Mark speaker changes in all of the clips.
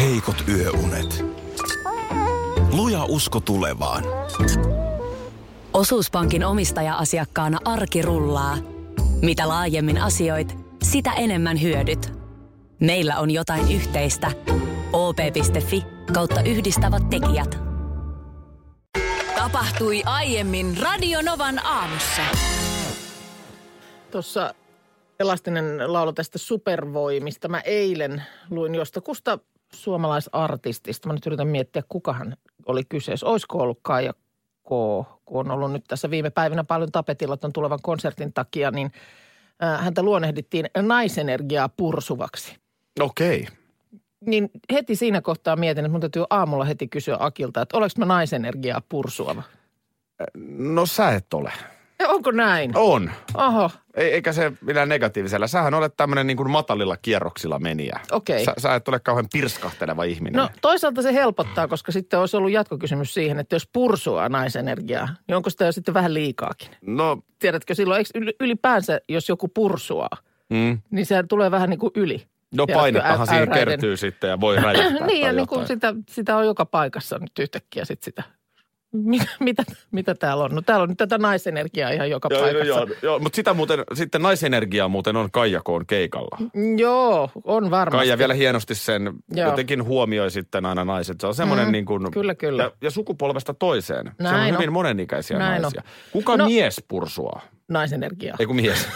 Speaker 1: heikot yöunet. Luja usko tulevaan.
Speaker 2: Osuuspankin omistaja-asiakkaana arki rullaa. Mitä laajemmin asioit, sitä enemmän hyödyt. Meillä on jotain yhteistä. op.fi kautta yhdistävät tekijät.
Speaker 3: Tapahtui aiemmin Radionovan aamussa.
Speaker 4: Tuossa Elastinen laulu tästä supervoimista. Mä eilen luin jostakusta suomalaisartistista. Mä nyt yritän miettiä, kukahan oli kyseessä. Olisiko ollut Kaija K, kun on ollut nyt tässä viime päivinä paljon tapetilla tämän tulevan konsertin takia, niin äh, häntä luonnehdittiin naisenergiaa pursuvaksi.
Speaker 5: Okei.
Speaker 4: Niin heti siinä kohtaa mietin, että mun täytyy aamulla heti kysyä Akilta, että olenko mä naisenergiaa pursuava.
Speaker 5: No sä et ole.
Speaker 4: Ja Onko näin?
Speaker 5: On.
Speaker 4: Oho,
Speaker 5: E- eikä se millään negatiivisella. Sähän olet tämmöinen niin kuin matalilla kierroksilla menijä.
Speaker 4: Okei.
Speaker 5: Sä, sä et ole kauhean pirskahteleva ihminen.
Speaker 4: No toisaalta se helpottaa, koska sitten olisi ollut jatkokysymys siihen, että jos pursuaa naisenergiaa, niin onko sitä jo sitten vähän liikaakin?
Speaker 5: no
Speaker 4: Tiedätkö silloin, eikö yl- ylipäänsä, jos joku pursuaa,
Speaker 5: mm.
Speaker 4: niin sehän tulee vähän niin kuin yli.
Speaker 5: no
Speaker 4: Tiedätkö,
Speaker 5: painettahan
Speaker 4: ä-
Speaker 5: siihen
Speaker 4: äyräiden-
Speaker 5: kertyy sitten ja voi räjähtää
Speaker 4: niin, ja
Speaker 5: tai
Speaker 4: niin kuin
Speaker 5: jotain.
Speaker 4: sitä, sitä on joka paikassa nyt yhtäkkiä sit sitä. Mitä, mitä, mitä täällä on? No täällä on nyt tätä naisenergiaa ihan joka
Speaker 5: Joo, joo,
Speaker 4: paikassa.
Speaker 5: joo, joo, mutta sitä muuten, sitten naisenergiaa muuten on Kaijakoon keikalla.
Speaker 4: Mm, joo, on varmasti.
Speaker 5: Kaija vielä hienosti sen
Speaker 4: Joo.
Speaker 5: joo. jotenkin huomioi sitten aina naiset. Se on semmoinen
Speaker 4: Mm,
Speaker 5: niin kuin...
Speaker 4: kyllä, kyllä.
Speaker 5: Ja, ja sukupolvesta toiseen.
Speaker 4: Näin
Speaker 5: se on
Speaker 4: on.
Speaker 5: hyvin monenikäisiä
Speaker 4: Näin on.
Speaker 5: naisia. Kuka
Speaker 4: No-
Speaker 5: mies pursuaa?
Speaker 4: Naisenergiaa.
Speaker 5: Ei kun mies.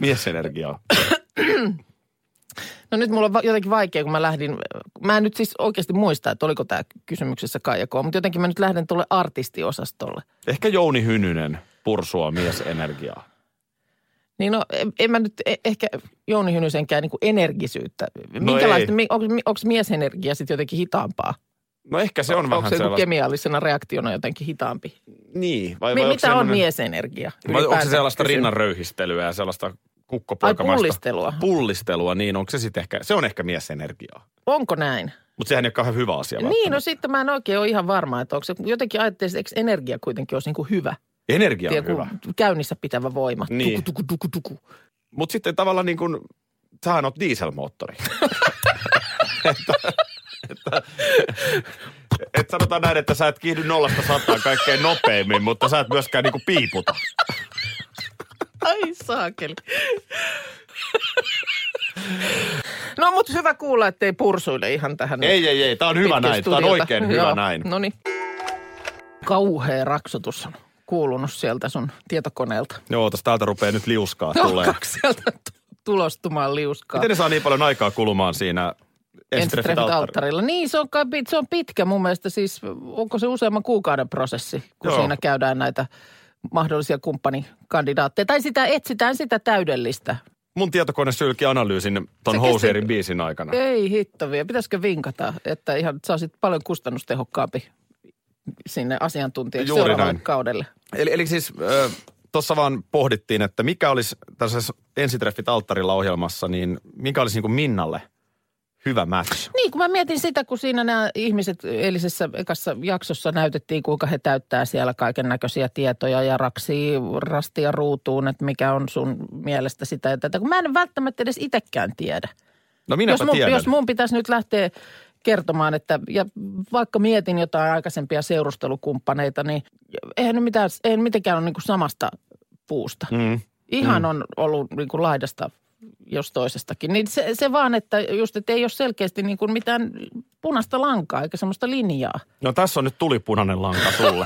Speaker 5: Miesenergiaa.
Speaker 4: No nyt mulla on va- jotenkin vaikea, kun mä lähdin, mä en nyt siis oikeasti muista, että oliko tämä kysymyksessä Kaija K, mutta jotenkin mä nyt lähden tuolle artistiosastolle.
Speaker 5: Ehkä Jouni Hynynen pursua miesenergiaa.
Speaker 4: Niin no, en, en mä nyt e- ehkä Jouni Hynysenkään niin kuin energisyyttä.
Speaker 5: No ei.
Speaker 4: mi- onko, mi- onko miesenergia sitten jotenkin hitaampaa?
Speaker 5: No ehkä se on
Speaker 4: onko
Speaker 5: vähän
Speaker 4: se joku
Speaker 5: sellaista.
Speaker 4: kemiallisena reaktiona jotenkin hitaampi?
Speaker 5: Niin. Vai,
Speaker 4: Mi-
Speaker 5: vai onko
Speaker 4: mitä on
Speaker 5: semmoinen-
Speaker 4: miesenergia?
Speaker 5: Vai onko se
Speaker 4: Ylipäänsä
Speaker 5: sellaista
Speaker 4: kysyn.
Speaker 5: rinnan röyhistelyä ja sellaista
Speaker 4: Ai
Speaker 5: kukkopoikamaista?
Speaker 4: pullistelua.
Speaker 5: Pullistelua, niin onko se sitten ehkä, se on ehkä miesenergiaa.
Speaker 4: Onko näin?
Speaker 5: Mutta sehän ei ole kauhean hyvä asia.
Speaker 4: Niin, no sitten mä en oikein ole ihan varma, että onko se, jotenkin ajattelin, että eikö energia kuitenkin olisi niin kuin hyvä.
Speaker 5: Energia on
Speaker 4: Tiedä,
Speaker 5: hyvä.
Speaker 4: kun käynnissä pitävä voima.
Speaker 5: Niin.
Speaker 4: Tuku, tuku, tuku, tuku.
Speaker 5: Mutta sitten tavallaan niin kuin, sähän oot dieselmoottori. että, että, että sanotaan näin, että sä et kiihdy nollasta sataan kaikkein nopeimmin, mutta sä et myöskään niin kuin piiputa.
Speaker 4: Ai saakeli. No mutta hyvä kuulla, ettei pursuille ihan tähän.
Speaker 5: Ei, ei, ei. Tämä on hyvä
Speaker 4: pitkin
Speaker 5: näin. Tämä on
Speaker 4: studiota.
Speaker 5: oikein hyvä
Speaker 4: Joo,
Speaker 5: näin.
Speaker 4: No niin. Kauhea raksutus on kuulunut sieltä sun tietokoneelta.
Speaker 5: Joo, tästä täältä rupeaa nyt liuskaa tulee.
Speaker 4: Onko sieltä tu- tulostumaan liuskaa?
Speaker 5: Miten ne saa niin paljon aikaa kulumaan siinä
Speaker 4: Ensitreffit
Speaker 5: ensitreffit alttarilla?
Speaker 4: alttarilla. Niin, se on, kai pit- se on pitkä mun mielestä. Siis onko se useamman kuukauden prosessi, kun
Speaker 5: Joo.
Speaker 4: siinä käydään näitä mahdollisia kumppanikandidaatteja. Tai sitä etsitään sitä täydellistä.
Speaker 5: Mun tietokone sylki analyysin ton
Speaker 4: Se kesti-
Speaker 5: Housierin biisin aikana.
Speaker 4: Ei hittovia. Pitäisikö vinkata, että ihan sä olisit paljon kustannustehokkaampi sinne asiantuntijaksi
Speaker 5: Juuri
Speaker 4: seuraavalle
Speaker 5: näin.
Speaker 4: kaudelle?
Speaker 5: Eli, eli siis tuossa vaan pohdittiin, että mikä olisi tässä ensitreffit alttarilla ohjelmassa, niin mikä olisi niin kuin Minnalle hyvä match?
Speaker 4: Niin, kun mä mietin sitä, kun siinä nämä ihmiset eilisessä ekassa jaksossa näytettiin, kuinka he täyttää siellä kaiken näköisiä tietoja ja raksii rastia ruutuun, että mikä on sun mielestä sitä ja tätä. Kun mä en välttämättä edes itsekään tiedä.
Speaker 5: No minäpä
Speaker 4: jos, mun,
Speaker 5: tiedän.
Speaker 4: jos mun pitäisi nyt lähteä kertomaan, että ja vaikka mietin jotain aikaisempia seurustelukumppaneita, niin eihän ne mitään, eihän mitenkään ole niin samasta puusta.
Speaker 5: Mm.
Speaker 4: Ihan on ollut niin kuin laidasta jos toisestakin. Niin se, se vaan, että just, että ei ole selkeästi niin kuin mitään punaista lankaa eikä semmoista linjaa.
Speaker 5: No tässä on nyt tulipunainen lanka sulle.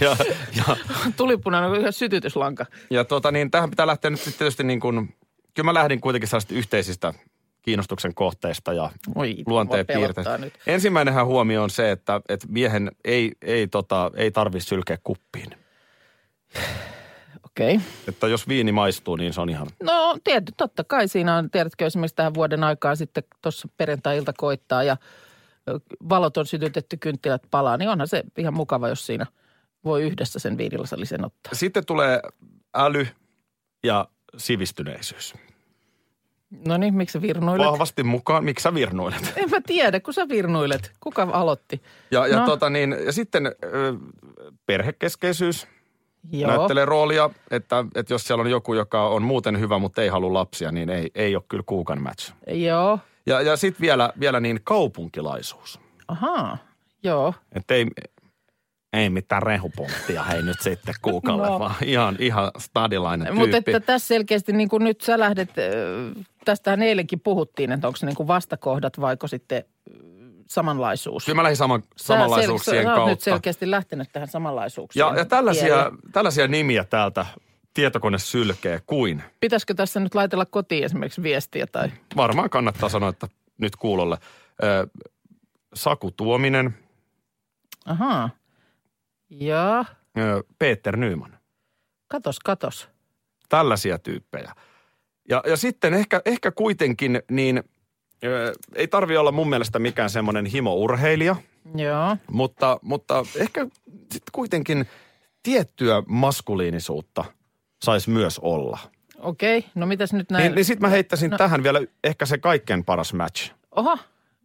Speaker 5: ja, ja,
Speaker 4: Tulipunainen on ihan sytytyslanka.
Speaker 5: ja tuota niin, tähän pitää lähteä nyt sitten tietysti niin kuin, kyllä mä lähdin kuitenkin sellaisista yhteisistä kiinnostuksen kohteista ja
Speaker 4: Oi,
Speaker 5: luonteen
Speaker 4: mua pelottaa
Speaker 5: piirteistä.
Speaker 4: nyt.
Speaker 5: Ensimmäinenhän huomio on se, että, että miehen ei, ei, tota, ei tarvitse sylkeä kuppiin.
Speaker 4: Okei. Okay.
Speaker 5: Että jos viini maistuu, niin se on ihan
Speaker 4: No tietty, totta kai siinä on, tiedätkö, esimerkiksi tähän vuoden aikaan sitten tuossa perjantai-ilta koittaa ja ö, valot on sytytetty, kynttilät palaa, niin onhan se ihan mukava, jos siinä voi yhdessä sen viinilasallisen ottaa.
Speaker 5: Sitten tulee äly ja sivistyneisyys.
Speaker 4: No niin, miksi sä virnuilet?
Speaker 5: Vahvasti mukaan, miksi sä virnuilet?
Speaker 4: En mä tiedä, kun sä virnuilet. Kuka aloitti?
Speaker 5: Ja, ja,
Speaker 4: No.
Speaker 5: tota niin, ja sitten ö, perhekeskeisyys,
Speaker 4: Joo.
Speaker 5: näyttelee roolia, että, että jos siellä on joku, joka on muuten hyvä, mutta ei halua lapsia, niin ei, ei ole kyllä kuukan match.
Speaker 4: Joo.
Speaker 5: Ja, ja sitten vielä, vielä niin kaupunkilaisuus.
Speaker 4: Ahaa. Joo.
Speaker 5: Että ei, ei mitään rehupunttia hei nyt sitten kuukalle, no.
Speaker 4: No.
Speaker 5: vaan ihan, ihan stadilainen
Speaker 4: Mutta
Speaker 5: tyyppi.
Speaker 4: että tässä selkeästi niin kuin nyt sä lähdet, ö, tästähän eilenkin puhuttiin, että onko se niin kuin vastakohdat vaiko sitten ö, samanlaisuus.
Speaker 5: Kyllä mä lähdin sama,
Speaker 4: Sä sel-
Speaker 5: samanlaisuuksien
Speaker 4: sä oot nyt
Speaker 5: kautta.
Speaker 4: selkeästi lähtenyt tähän samanlaisuuksien
Speaker 5: ja, ja tällaisia,
Speaker 4: tielle.
Speaker 5: tällaisia nimiä täältä tietokone sylkee kuin.
Speaker 4: Pitäisikö tässä nyt laitella kotiin esimerkiksi viestiä tai?
Speaker 5: Varmaan kannattaa sanoa, että nyt kuulolle. Ö, Saku Tuominen,
Speaker 4: Ahaa. Joo.
Speaker 5: ö, Peter Nyman.
Speaker 4: Katos, katos.
Speaker 5: tällaisia tyyppejä. Ja, ja sitten ehkä, ehkä kuitenkin niin ö, ei tarvi olla mun mielestä mikään semmoinen himourheilija,
Speaker 4: Joo.
Speaker 5: mutta, mutta ehkä sitten kuitenkin tiettyä maskuliinisuutta saisi myös olla.
Speaker 4: Okei. No mitäs nyt näin?
Speaker 5: Niin, niin sitten mä heittäisin no. tähän vielä ehkä se kaikkein paras match,
Speaker 4: Oho.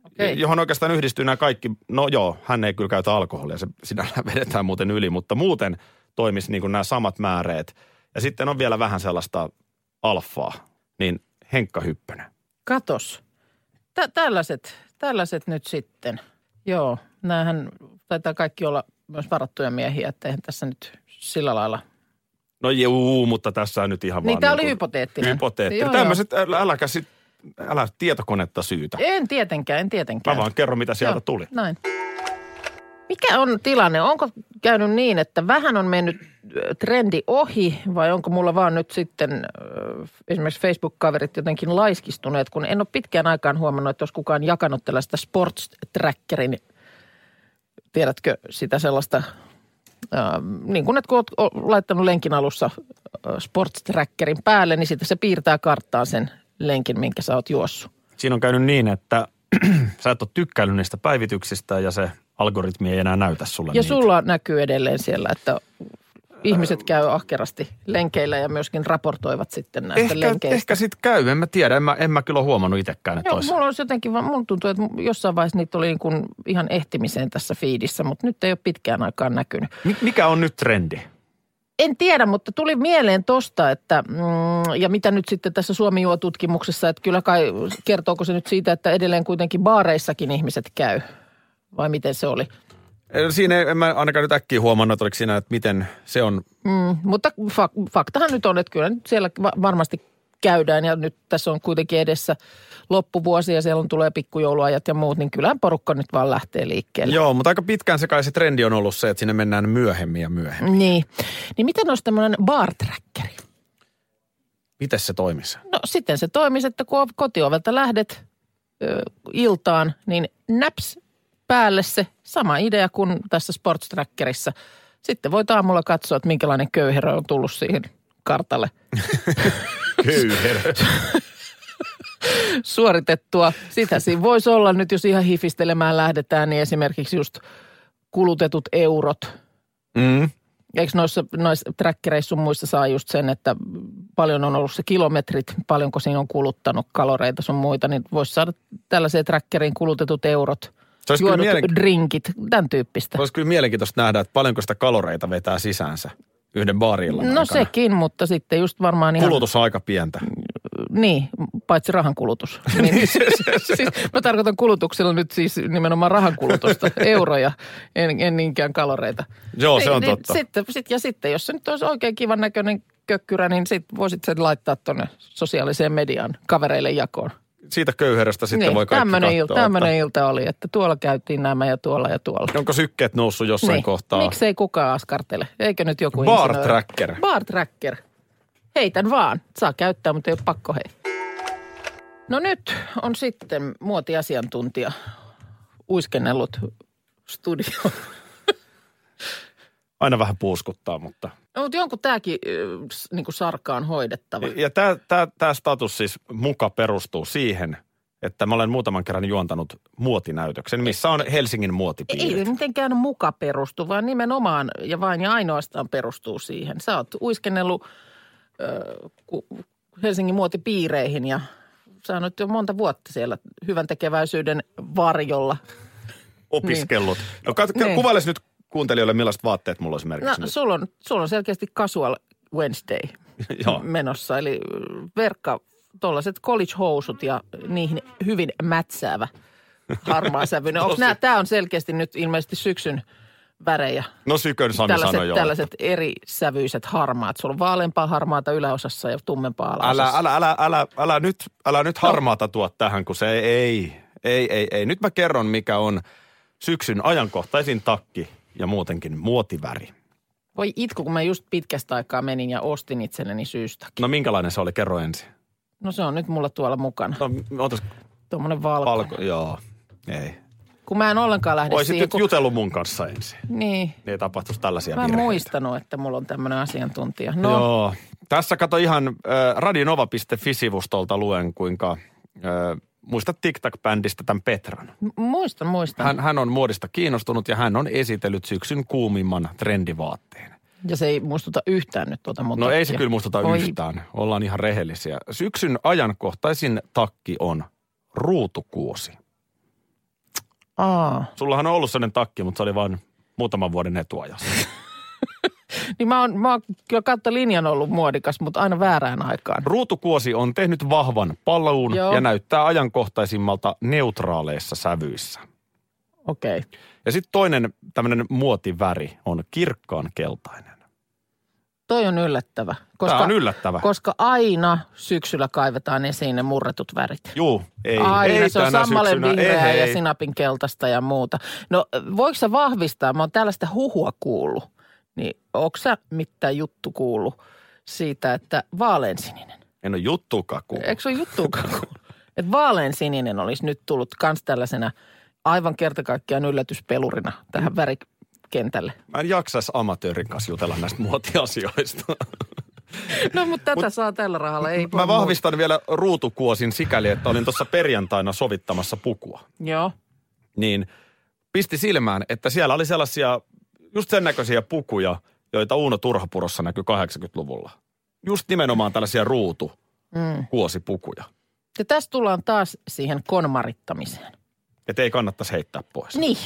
Speaker 4: Okei.
Speaker 5: johon oikeastaan yhdistyy nämä kaikki. No joo, hän ei kyllä käytä alkoholia, se sinällään vedetään muuten yli, mutta muuten toimisi niin kuin nämä samat määreet. Ja sitten on vielä vähän sellaista alfaa, niin Henkka Hyppönen.
Speaker 4: Katos. Tä- tällaiset, tällaiset nyt sitten. Joo, näähän taitaa kaikki olla myös varattuja miehiä, että eihän tässä nyt sillä lailla.
Speaker 5: No juu, mutta tässä on nyt ihan
Speaker 4: Niin
Speaker 5: vaan...
Speaker 4: tämä oli
Speaker 5: kuin-
Speaker 4: hypoteettinen.
Speaker 5: niinku Hypoteettinen.
Speaker 4: Joo,
Speaker 5: Tämmöiset, älä, äläkä sit, älä tietokonetta syytä.
Speaker 4: joo. En tietenkään, en tietenkään.
Speaker 5: Mä vaan kerron, mitä sieltä
Speaker 4: Joo,
Speaker 5: tuli.
Speaker 4: Näin. Mikä on tilanne? Onko käynyt niin, että vähän on mennyt ö, trendi ohi vai onko mulla vaan nyt sitten ö, esimerkiksi Facebook-kaverit jotenkin laiskistuneet, kun en ole pitkään aikaan huomannut, että olisi kukaan jakanut tällaista sports trackerin, tiedätkö sitä sellaista, ö, niin kuin että kun olet o- laittanut lenkin alussa ö, sports trackerin päälle, niin sitten se piirtää karttaan sen lenkin, minkä sä oot juossut.
Speaker 5: Siinä on käynyt niin, että sä et ole tykkäillyt niistä päivityksistä ja se algoritmi ei enää näytä sulle niin
Speaker 4: Ja
Speaker 5: niitä.
Speaker 4: sulla näkyy edelleen siellä, että ihmiset käy ahkerasti lenkeillä ja myöskin raportoivat sitten näistä
Speaker 5: Ehkä,
Speaker 4: lenkeistä.
Speaker 5: ehkä sit käy, en mä tiedä. En mä, en mä kyllä ole huomannut itsekään, että
Speaker 4: Joo,
Speaker 5: olisi.
Speaker 4: mulla on jotenkin, vaan- mulla tuntuu, että jossain vaiheessa niitä oli niin kuin ihan ehtimiseen tässä fiidissä, mutta nyt ei ole pitkään aikaan näkynyt.
Speaker 5: Mi- Mikä on nyt trendi?
Speaker 4: En tiedä, mutta tuli mieleen tosta, että mm, ja mitä nyt sitten tässä Suomi juo tutkimuksessa, että kyllä kai kertooko se nyt siitä, että edelleen kuitenkin baareissakin ihmiset käy vai miten se oli?
Speaker 5: Siinä ei, en mä ainakaan nyt äkkiä huomannut, että oliko siinä, että miten se on
Speaker 4: Mm, mutta fak- faktahan nyt on, että kyllä nyt siellä va- varmasti käydään ja nyt tässä on kuitenkin edessä loppuvuosi ja siellä on tulee pikkujouluajat ja muut, niin kyllähän porukka nyt vaan lähtee liikkeelle.
Speaker 5: Joo, mutta aika pitkään se kai se trendi on ollut se, että sinne mennään myöhemmin ja myöhemmin.
Speaker 4: Joo. Niin. Niin miten olisi tämmöinen bar trackeri?
Speaker 5: Miten se toimisi?
Speaker 4: No sitten se toimisi, että kun kotiovelta lähdet ö, iltaan, niin näps päälle se sama idea kuin tässä Sports Trackerissa. Sitten voit aamulla katsoa, että minkälainen köyherö on tullut siihen kartalle
Speaker 5: Kyyherö.
Speaker 4: suoritettua. Sitä siinä voisi olla nyt, jos ihan hifistelemään lähdetään, niin esimerkiksi just kulutetut eurot.
Speaker 5: Mm.
Speaker 4: Eikö noissa, noissa trackereissa sun muissa saa just sen, että paljon on ollut se kilometrit, paljonko siinä on kuluttanut kaloreita sun muita, niin voisi saada tällaiseen trackeriin kulutetut eurot,
Speaker 5: Se olisi kyllä,
Speaker 4: juodut
Speaker 5: mielenki-
Speaker 4: drinkit, tämän tyyppistä.
Speaker 5: olisi kyllä mielenkiintoista nähdä, että paljonko sitä kaloreita vetää sisäänsä yhden baarilla.
Speaker 4: No sekin, mutta sitten just varmaan ihan...
Speaker 5: Kulutus on aika pientä.
Speaker 4: Niin, paitsi rahankulutus. Niin, siis, mä tarkoitan kulutuksella nyt siis nimenomaan rahankulutusta, euroja, en, en niinkään kaloreita.
Speaker 5: Joo, Oh, se
Speaker 4: Niin,
Speaker 5: on
Speaker 4: niin
Speaker 5: totta.
Speaker 4: Sitten, sit, ja sitten, jos se nyt olisi oikein kivan näköinen kökkyrä, niin sit voisit sen laittaa tuonne sosiaaliseen mediaan kavereille jakoon.
Speaker 5: Siitä köyheröstä sitten
Speaker 4: niin,
Speaker 5: voi kaikki
Speaker 4: tämmönen
Speaker 5: katsoa,
Speaker 4: ilta, tämmönen ilta oli, että tuolla käytiin nämä ja tuolla ja tuolla.
Speaker 5: että onko sykkeet noussut jossain
Speaker 4: Niin.
Speaker 5: kohtaa.
Speaker 4: Miksei kukaan askartele? Eikö nyt joku
Speaker 5: Bar
Speaker 4: insinööri-
Speaker 5: tracker.
Speaker 4: Bar tracker. Heitän vaan. Saa käyttää, mutta ei ole pakko hei. No nyt on sitten muotiasiantuntija uiskennellut studioon.
Speaker 5: Aina vähän puuskuttaa, mutta...
Speaker 4: No, mutta jonkun tämäkin niin kuin sarkaan hoidettava.
Speaker 5: Ja tämä tää, tää status siis muka perustuu siihen, että mä olen muutaman kerran juontanut muotinäytöksen, missä on Helsingin
Speaker 4: Ei niin.
Speaker 5: muotipiiri.
Speaker 4: se mitenkään muka perustu, vaan nimenomaan ja vain ja ainoastaan perustuu siihen. Sä oot uiskennellut ö, ku- Helsingin muotipiireihin ja sä oot nyt jo monta vuotta siellä hyvän tekeväisyyden varjolla.
Speaker 5: Opiskellut. No kat-
Speaker 4: Niin.
Speaker 5: kuvailisi nyt kuuntelijoille, millaiset vaatteet mulla olisi
Speaker 4: No
Speaker 5: merkissä nyt?
Speaker 4: sulla on, sulla on selkeästi casual Wednesday
Speaker 5: Joo.
Speaker 4: menossa, eli verkka, tuollaiset college-housut ja niihin hyvin mätsäävä harmaa sävyinen. Onko
Speaker 5: Tosi.
Speaker 4: nämä, tämä on selkeästi nyt ilmeisesti syksyn värejä,
Speaker 5: No sykön Sami
Speaker 4: tällaiset,
Speaker 5: sanoi joo.
Speaker 4: tällaiset eri sävyiset harmaat. Sulla on vaaleampaa harmaata yläosassa ja tummempaa
Speaker 5: Älä,
Speaker 4: alaosassa.
Speaker 5: älä, älä, älä, älä, nyt, älä nyt
Speaker 4: No.
Speaker 5: harmaata tuo tähän, kun se ei, ei, ei, ei. Nyt mä kerron, mikä on syksyn ajankohtaisin takki ja muutenkin muotiväri.
Speaker 4: Voi itku, kun mä just pitkästä aikaa menin ja ostin itselleni syystäkin.
Speaker 5: No minkälainen se oli? Kerro ensin.
Speaker 4: No se on nyt mulla tuolla mukana,
Speaker 5: No otas
Speaker 4: tuommoinen valkoinen.
Speaker 5: palko, joo. Ei.
Speaker 4: Kun mä en ollenkaan lähde
Speaker 5: Oisit
Speaker 4: siihen,
Speaker 5: nyt
Speaker 4: kun...
Speaker 5: jutellut mun kanssa ensin.
Speaker 4: Niin,
Speaker 5: Niin ei tapahtuisi tällaisia
Speaker 4: niinku- mä en
Speaker 5: virheitä.
Speaker 4: muistanut, että mulla on tämmöinen asiantuntija. No, Joo.
Speaker 5: Joo. Tässä kato ihan äh, radionova.fi-sivustolta luen, kuinka äh, muista TikTok-bändistä tämän Petran.
Speaker 4: Mm. muistan, muistan. Hän...
Speaker 5: Hän, hän on muodista kiinnostunut ja hän on esitellyt syksyn kuumimman trendivaatteen.
Speaker 4: Ja se ei muistuta yhtään nyt tuota mun
Speaker 5: No ei se
Speaker 4: takkia.
Speaker 5: kyllä muistuta
Speaker 4: Voi
Speaker 5: yhtään, ollaan ihan rehellisiä. Syksyn ajankohtaisin takki on ruutukuosi.
Speaker 4: Aa.
Speaker 5: Sullahan on ollut sellainen takki, mutta se oli vain muutaman vuoden etuajassa.
Speaker 4: Niin mä oon, mä oon kyllä kautta linjan ollut muodikas, mutta aina väärään aikaan.
Speaker 5: Ruutukuosi on tehnyt vahvan paluun
Speaker 4: Joo.
Speaker 5: ja näyttää ajankohtaisimmalta neutraaleissa sävyissä.
Speaker 4: Okei. Okay.
Speaker 5: Ja sitten toinen tämmöinen muotiväri on kirkkaan keltainen.
Speaker 4: Toi on yllättävä. Koska,
Speaker 5: Tämä on yllättävä.
Speaker 4: Koska aina syksyllä kaivetaan esiin ne murretut värit.
Speaker 5: Juu, ei,
Speaker 4: Aina,
Speaker 5: ei
Speaker 4: se on
Speaker 5: tänä
Speaker 4: sammalen
Speaker 5: syksynä,
Speaker 4: vihreää
Speaker 5: ei,
Speaker 4: ja
Speaker 5: ei.
Speaker 4: sinapin keltaista ja muuta. No voiko sä vahvistaa, mä oon tällaista huhua kuullut, niin onko sä mitään juttu kuullut siitä, että vaaleansininen?
Speaker 5: En ole juttuakaan kuullut.
Speaker 4: Eikö se ole juttuakaan kuullut? Että vaaleansininen olisi nyt tullut kans tällaisena aivan kertakaikkiaan yllätyspelurina tähän värikentälle.
Speaker 5: Mä en jaksa edes amatöörin kanssa jutella näistä muotiasioista.
Speaker 4: No mutta tätä saa tällä rahalla, ei voi
Speaker 5: Mä
Speaker 4: muuta.
Speaker 5: vahvistan vielä ruutukuosin sikäli, että olin tuossa perjantaina sovittamassa pukua.
Speaker 4: Joo,
Speaker 5: Niin pisti silmään, että siellä oli sellaisia, just sen näköisiä pukuja, joita Uuno Turhapurossa näkyi 80-luvulla. Just nimenomaan tällaisia ruutukuosipukuja.
Speaker 4: Mm. ja tässä tullaan taas siihen konmarittamiseen.
Speaker 5: Että ei kannattaisi heittää pois.
Speaker 4: Niin.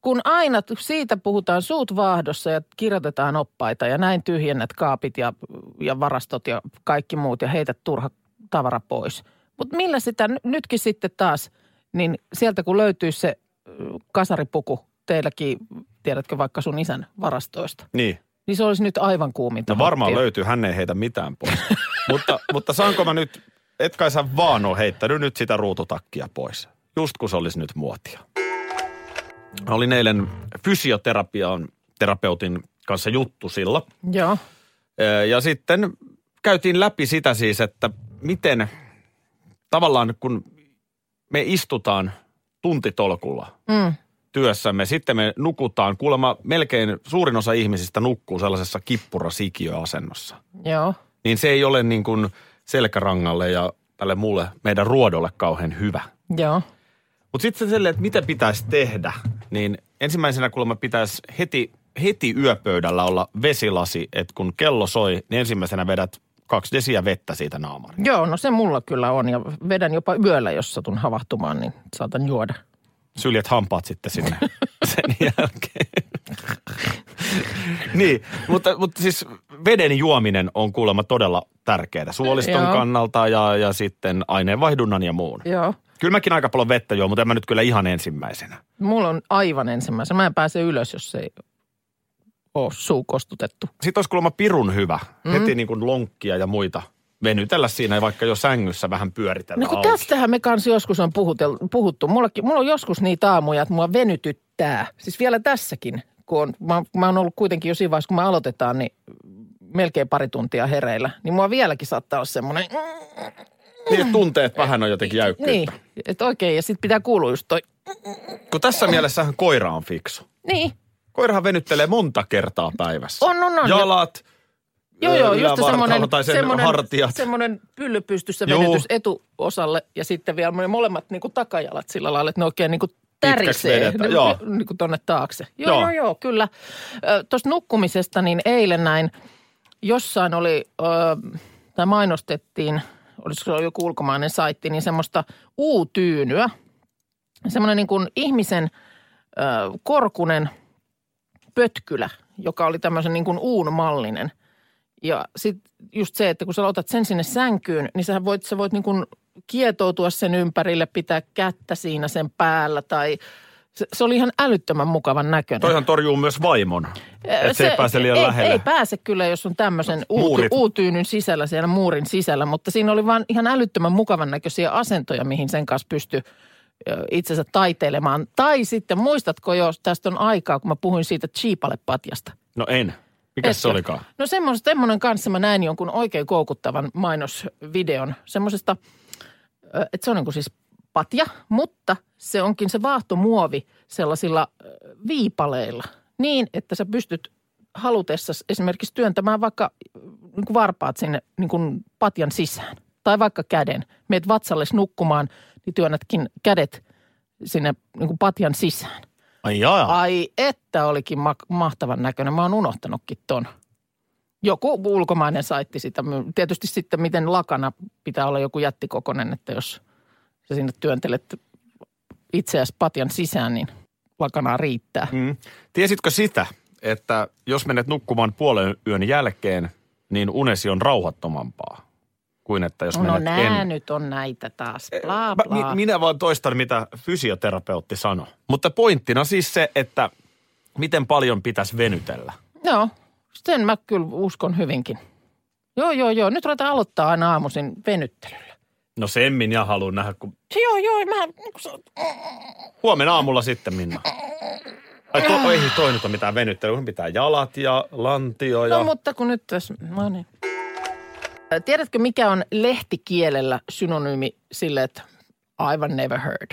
Speaker 4: Kun aina t- siitä puhutaan suut vaahdossa ja kirjoitetaan oppaita ja näin tyhjennät kaapit ja, ja varastot ja kaikki muut ja heitä turha tavara pois. Mutta millä sitä n- nytkin sitten taas, niin sieltä kun löytyy se ö, kasaripuku teilläkin, tiedätkö vaikka sun isän varastoista,
Speaker 5: Niin.
Speaker 4: niin se olisi nyt aivan kuuminta.
Speaker 5: No varmaan
Speaker 4: hottia.
Speaker 5: löytyy, hän ei heitä mitään pois. mutta, mutta saanko mä nyt, et kai sä vaan ole heittänyt nyt sitä ruututakkia pois. Just kun se olisi nyt muotia. Mä olin eilen fysioterapian terapeutin kanssa juttu sillä.
Speaker 4: Joo,
Speaker 5: Ö, Ja sitten käytiin läpi sitä siis, että miten tavallaan kun me istutaan tuntitolkulla
Speaker 4: mm,
Speaker 5: työssämme, sitten me nukutaan. Kuulemma melkein suurin osa ihmisistä nukkuu sellaisessa kippurasikiöasennossa
Speaker 4: joo.
Speaker 5: niin se ei ole niin kuin selkärangalle ja tälle muulle meidän ruodolle kauhean hyvä.
Speaker 4: Joo.
Speaker 5: Mutta sitten se selleen, että mitä pitäisi tehdä, niin ensimmäisenä kuulemma pitäisi heti, heti yöpöydällä olla vesilasi, että kun kello soi, niin ensimmäisenä vedät kaksi desiä vettä siitä naamariin.
Speaker 4: Joo, no se mulla kyllä on ja vedän jopa yöllä, jos satun havahtumaan, niin saatan juoda.
Speaker 5: Syljet hampaat sitten sinne sen jälkeen. niin, mutta, mutta siis veden juominen on kuulemma todella tärkeää suoliston
Speaker 4: Joo.
Speaker 5: kannalta ja, ja sitten aineenvaihdunnan ja muun.
Speaker 4: Joo.
Speaker 5: Kyllä mäkin aika paljon vettä juon, mutta en mä nyt kyllä ihan ensimmäisenä.
Speaker 4: Mulla on aivan ensimmäisenä. Mä en pääse ylös, jos ei ole suu kostutettu.
Speaker 5: Sitten olisi kuulemma pirun hyvä. Mm. Heti niin kuin lonkkia ja muita venytellä siinä ja vaikka jo sängyssä vähän pyöritellä
Speaker 4: No kun tästähän me kanssa joskus on puhutel- puhuttu. Mullakin, mulla on joskus niitä aamuja, että mua venytyttää. Siis vielä tässäkin, kun on, mä, mä oon ollut kuitenkin jo siinä vaiheessa, kun me aloitetaan, niin melkein pari tuntia hereillä. Niin mua vieläkin saattaa olla semmoinen...
Speaker 5: Niin, että tunteet vähän on jotenkin jäykkyyttä.
Speaker 4: Niin, että oikein. Ja sitten pitää kuulua just toi...
Speaker 5: Kun tässä mielessähän koira on fiksu.
Speaker 4: Niin,
Speaker 5: Koirahan venyttelee monta kertaa päivässä.
Speaker 4: on, on, on.
Speaker 5: Jalat,
Speaker 4: Joo,
Speaker 5: ö,
Speaker 4: joo, just
Speaker 5: ylävartalo
Speaker 4: semmoinen,
Speaker 5: tai sen hartiat.
Speaker 4: semmoinen pylly pystyssä
Speaker 5: Juu.
Speaker 4: venytys etuosalle ja sitten vielä ne molemmat niin kuin takajalat sillä lailla, että ne oikein niin kuin tärisee
Speaker 5: vedetään, joo.
Speaker 4: niin kuin tonne taakse. Joo,
Speaker 5: Joo.
Speaker 4: joo, joo, kyllä. Tuosta nukkumisesta niin eilen näin jossain oli, ö, tai mainostettiin, olisiko se ollut joku ulkomainen saitti, niin semmoista niinku uutyynyä. Semmoinen niin kuin ihmisen ö, korkunen – pötkylä, joka oli tämmöisen niin kuin uun mallinen. Ja sitten just se, että kun sä otat sen sinne sänkyyn, niin sä voit, sä voit niin kuin kietoutua sen ympärille, pitää kättä siinä sen päällä tai se, se oli ihan älyttömän mukavan näköinen.
Speaker 5: Toihan torjuu myös vaimon, että se, ei pääse liian
Speaker 4: ei,
Speaker 5: lähelle.
Speaker 4: Ei pääse kyllä, jos on tämmöisen
Speaker 5: Muurit.
Speaker 4: uuty- uutyynyn sisällä, siellä muurin sisällä, mutta siinä oli vaan ihan älyttömän mukavan näköisiä asentoja, mihin sen kanssa pystyi ö, itsensä taiteilemaan. Tai sitten muistatko jo, tästä on aikaa, kun mä puhuin siitä Cheapale-patjasta.
Speaker 5: No en. Mikäs se
Speaker 4: Etkö?
Speaker 5: olikaan?
Speaker 4: No semmoinen, kanssa mä näin jonkun oikein koukuttavan mainosvideon. Semmoisesta, ö, että se on niin kuin siis patja, mutta se onkin se vaahtomuovi sellaisilla ö, viipaleilla. Niin, että sä pystyt halutessa esimerkiksi työntämään vaikka niin kuin varpaat sinne niin kuin patjan sisään. Tai vaikka käden. Meet vatsalles nukkumaan, niin työnnätkin kädet sinne niin kuin patjan sisään.
Speaker 5: Ai jaa.
Speaker 4: Ai että olikin ma- mahtavan näköinen. Mä oon unohtanutkin ton. Joku ulkomainen saitti sitä. My- Tietysti sitten miten lakana pitää olla joku jättikokonen, että jos sä sinne työntelet itseäsi patjan sisään, niin lakanaa riittää.
Speaker 5: Mm. Tiesitkö sitä, että jos menet nukkumaan puolen yön jälkeen, niin unesi on rauhattomampaa kuin että jos
Speaker 4: no
Speaker 5: menet
Speaker 4: nää
Speaker 5: en... Eh,
Speaker 4: nyt on näitä taas. Bla,
Speaker 5: Mä-
Speaker 4: bla.
Speaker 5: mi- Minä vaan toistan, mitä fysioterapeutti sanoi. Mutta pointtina siis se, että miten paljon pitäisi venytellä.
Speaker 4: Joo, sen mä kyllä uskon hyvinkin. Joo, joo, joo. Nyt ruvetaan aloittaa aina aamuisin venyttelyllä.
Speaker 5: No sen minä haluan nähdä, kun
Speaker 4: Joo, joo. Mä, niin
Speaker 5: huomenna aamulla sitten Minna. Ai to, ei toi nyt ole mitään venyttelyä, kun pitää jalat ja lantio ja...
Speaker 4: No mutta kun nyt tässä, no niin. Ä, Tiedätkö, mikä on lehtikielellä synonyymi sille, että aivan never heard?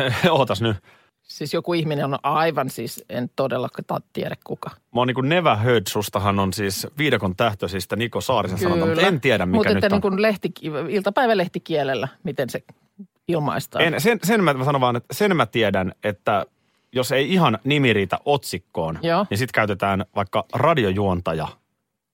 Speaker 5: Ootas nyt.
Speaker 4: Siis joku ihminen on aivan siis, en todellakaan tiedä kuka.
Speaker 5: Mä oon niin Nevä Hödsustahan on siis viidakon tähtöisistä Niko Saarisen sanonta, mutta en tiedä mikä
Speaker 4: mutta
Speaker 5: nyt
Speaker 4: että
Speaker 5: on.
Speaker 4: niin kuin lehti, iltapäivälehtikielellä, miten se ilmaistaan.
Speaker 5: En, sen, sen mä sanon vaan, että sen mä tiedän, että jos ei ihan nimi riitä otsikkoon,
Speaker 4: Joo.
Speaker 5: niin sitten käytetään vaikka radiojuontaja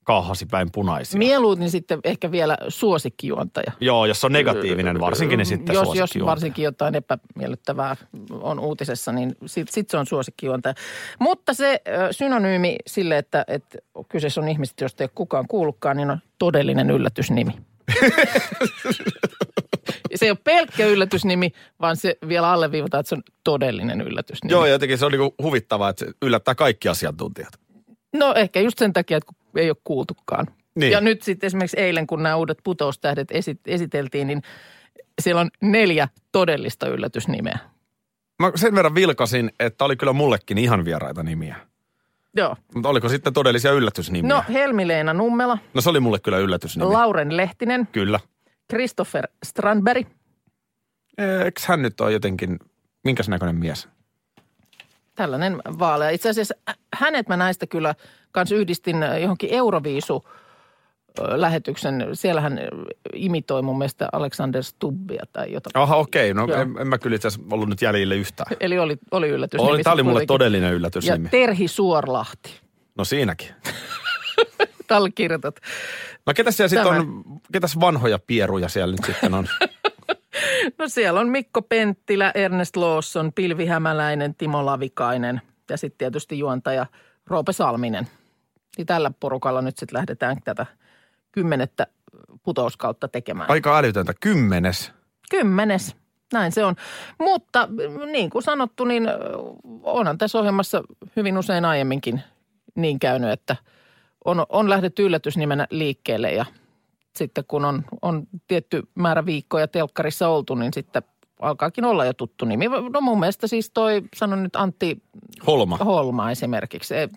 Speaker 5: kaahasi päin punaisia.
Speaker 4: Mieluiten sitten ehkä vielä suosikkijuontaja.
Speaker 5: Joo, jos on negatiivinen varsinkin, niin
Speaker 4: Mm,
Speaker 5: sitten
Speaker 4: jos, jos
Speaker 5: suosikkijuontaja.
Speaker 4: varsinkin jotain epämiellyttävää on uutisessa, niin sit, sit se on suosikkijuontaja. Mutta se ö, synonyymi sille, että, että kyseessä on ihmiset, joista ei ole kukaan kuullutkaan, niin on todellinen yllätysnimi. se ei ole pelkkä yllätysnimi, vaan se vielä alleviivataan, että se on todellinen yllätysnimi.
Speaker 5: Joo, ja jotenkin se on niinku huvittavaa, että se yllättää kaikki asiantuntijat.
Speaker 4: No ehkä just sen takia, että kun ei ole kuultukaan.
Speaker 5: Niin.
Speaker 4: Ja nyt sitten esimerkiksi eilen, kun nämä uudet putoustähdet esi- esiteltiin, niin siellä on neljä todellista yllätysnimeä.
Speaker 5: Mä sen verran vilkasin, että oli kyllä mullekin ihan vieraita nimiä.
Speaker 4: Joo.
Speaker 5: Mutta oliko sitten todellisia yllätysnimiä?
Speaker 4: No Helmi-Leena Nummela,
Speaker 5: no se oli mulle kyllä yllätysnimi.
Speaker 4: Lauren Lehtinen,
Speaker 5: kyllä.
Speaker 4: Christopher Strandberg,
Speaker 5: Eikö hän nyt ole jotenkin, minkäs näköinen mies?
Speaker 4: tällainen vaalea. Itse asiassa ä, hänet mä näistä kyllä kans yhdistin ä, johonkin Euroviisu ö, lähetyksen. Siellähän ö, imitoi mun mielestä Alexander Stubbia tai jotain.
Speaker 5: Aha, okei. Okay. No
Speaker 4: Joo.
Speaker 5: en, en, mä kyllä itse asiassa ollut nyt jäljille yhtään.
Speaker 4: Eli oli, oli yllätys.
Speaker 5: Oli, tämä oli mulle todellinen
Speaker 4: Ja
Speaker 5: yllätysnimi.
Speaker 4: Terhi Suorlahti.
Speaker 5: No siinäkin.
Speaker 4: Tällä kirjoitat.
Speaker 5: No ketäs siellä sitten
Speaker 4: Tämä.
Speaker 5: on, ketäs vanhoja pieruja siellä nyt sitten on?
Speaker 4: No siellä on Mikko Penttilä, Ernest Lawson, Pilvi Hämäläinen, Timo Lavikainen ja sitten tietysti juontaja Roope Salminen. Niin tällä porukalla nyt sitten lähdetään tätä kymmenettä putouskautta tekemään. Ai.
Speaker 5: Aika älytöntä. Kymmenes.
Speaker 4: Kymmenes, näin se on. Mutta mm, niin kuin sanottu, niin ö, onhan tässä ohjelmassa hyvin usein aiemminkin niin käynyt, että on, on lähdetty yllätysnimenä liikkeelle ja sitten kun on, on tietty määrä viikkoja telkkarissa oltu, niin sitten alkaakin olla jo tuttu nimi. No mun mielestä siis toi, sanon nyt Antti
Speaker 5: Holma.
Speaker 4: Holma esimerkiksi. Ei,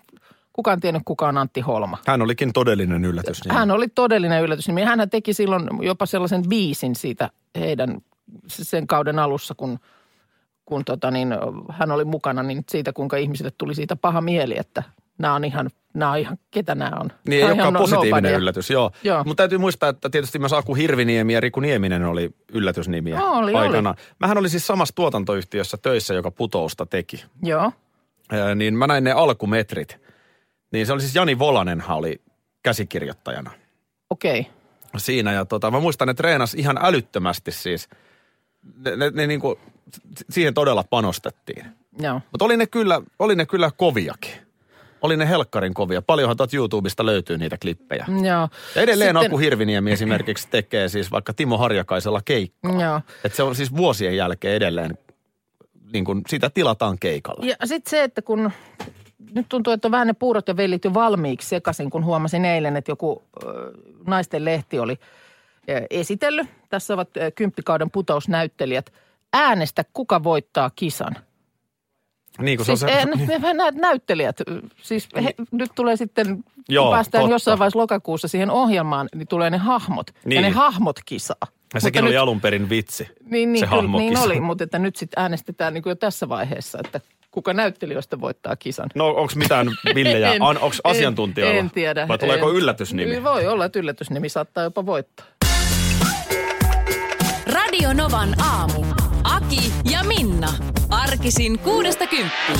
Speaker 4: kukaan tiennyt, kuka on Antti Holma.
Speaker 5: Hän olikin todellinen niin- yllätysnimi.
Speaker 4: Hän oli todellinen yllätysnimi. Hän teki silloin jopa sellaisen biisin siitä heidän sen kauden alussa, kun, kun tota niin, hän oli mukana, niin siitä kuinka ihmisille tuli siitä paha mieli, että nämä on ihan, nämä on ihan ketä nämä on. Nämä
Speaker 5: Niin, ei
Speaker 4: on ihan
Speaker 5: olekaan
Speaker 4: no-
Speaker 5: positiivinen
Speaker 4: nobodyja.
Speaker 5: yllätys, joo.
Speaker 4: Joo.
Speaker 5: Mutta täytyy muistaa, että tietysti myös Aku Hirviniemi ja Riku Nieminen oli yllätysnimiä
Speaker 4: Oli, oli.
Speaker 5: aikanaan. Mähän oli siis samassa tuotantoyhtiössä töissä, joka putousta teki.
Speaker 4: Joo,
Speaker 5: Ää, Niin mä näin ne alkumetrit. Niin se oli siis Jani Volanenhan oli käsikirjoittajana
Speaker 4: okei. Okay.
Speaker 5: siinä. Ja tota, mä muistan, ne treenas ihan älyttömästi siis. Ne, ne, ne niinku, si- siihen todella panostettiin.
Speaker 4: Joo.
Speaker 5: Mutta oli ne kyllä, oli ne kyllä koviakin. oli ne helkkarin kovia. Paljonhan tuolta YouTubesta löytyy niitä klippejä.
Speaker 4: Joo.
Speaker 5: Ja edelleen
Speaker 4: Mm. Sitten-
Speaker 5: Sitten... Aku Hirviniemi esimerkiksi tekee siis vaikka Timo Harjakaisella keikka.
Speaker 4: Joo.
Speaker 5: Et se on siis vuosien jälkeen edelleen, niin kuin sitä tilataan keikalla.
Speaker 4: Ja sitten se, että kun nyt tuntuu, että on vähän ne puurot ja vellit jo valmiiksi sekaisin, kun huomasin eilen, että joku ö, naisten lehti oli ö, esitellyt. Tässä ovat ö, kymppikauden putousnäyttelijät. Äänestä, kuka voittaa kisan.
Speaker 5: Niin kuin
Speaker 4: Siis
Speaker 5: se on se,
Speaker 4: en, niin. näet näyttelijät. Siis he, nyt tulee sitten, Joo, kun
Speaker 5: Joo,
Speaker 4: päästään
Speaker 5: totta.
Speaker 4: jossain vaiheessa lokakuussa siihen ohjelmaan, niin tulee ne hahmot. Ja
Speaker 5: Niin.
Speaker 4: ne hahmot kisaa.
Speaker 5: ja sekin
Speaker 4: nyt,
Speaker 5: oli alun perin vitsi.
Speaker 4: niin, niin,
Speaker 5: se
Speaker 4: kyllä,
Speaker 5: hahmokisa.
Speaker 4: niin oli, mutta että nyt sitten äänestetään niin kuin jo tässä vaiheessa, että kuka näyttelijöistä voittaa kisan.
Speaker 5: No onko mitään villejä?
Speaker 4: En-
Speaker 5: Onko asiantuntijoilla?
Speaker 4: En, en tiedä.
Speaker 5: Vai tuleeko
Speaker 4: en.
Speaker 5: yllätysnimi?
Speaker 4: Voi olla, että yllätysnimi saattaa jopa voittaa.
Speaker 3: Radio Novan aamu. Aki ja Minna. Arkisin kuudesta kymppiin.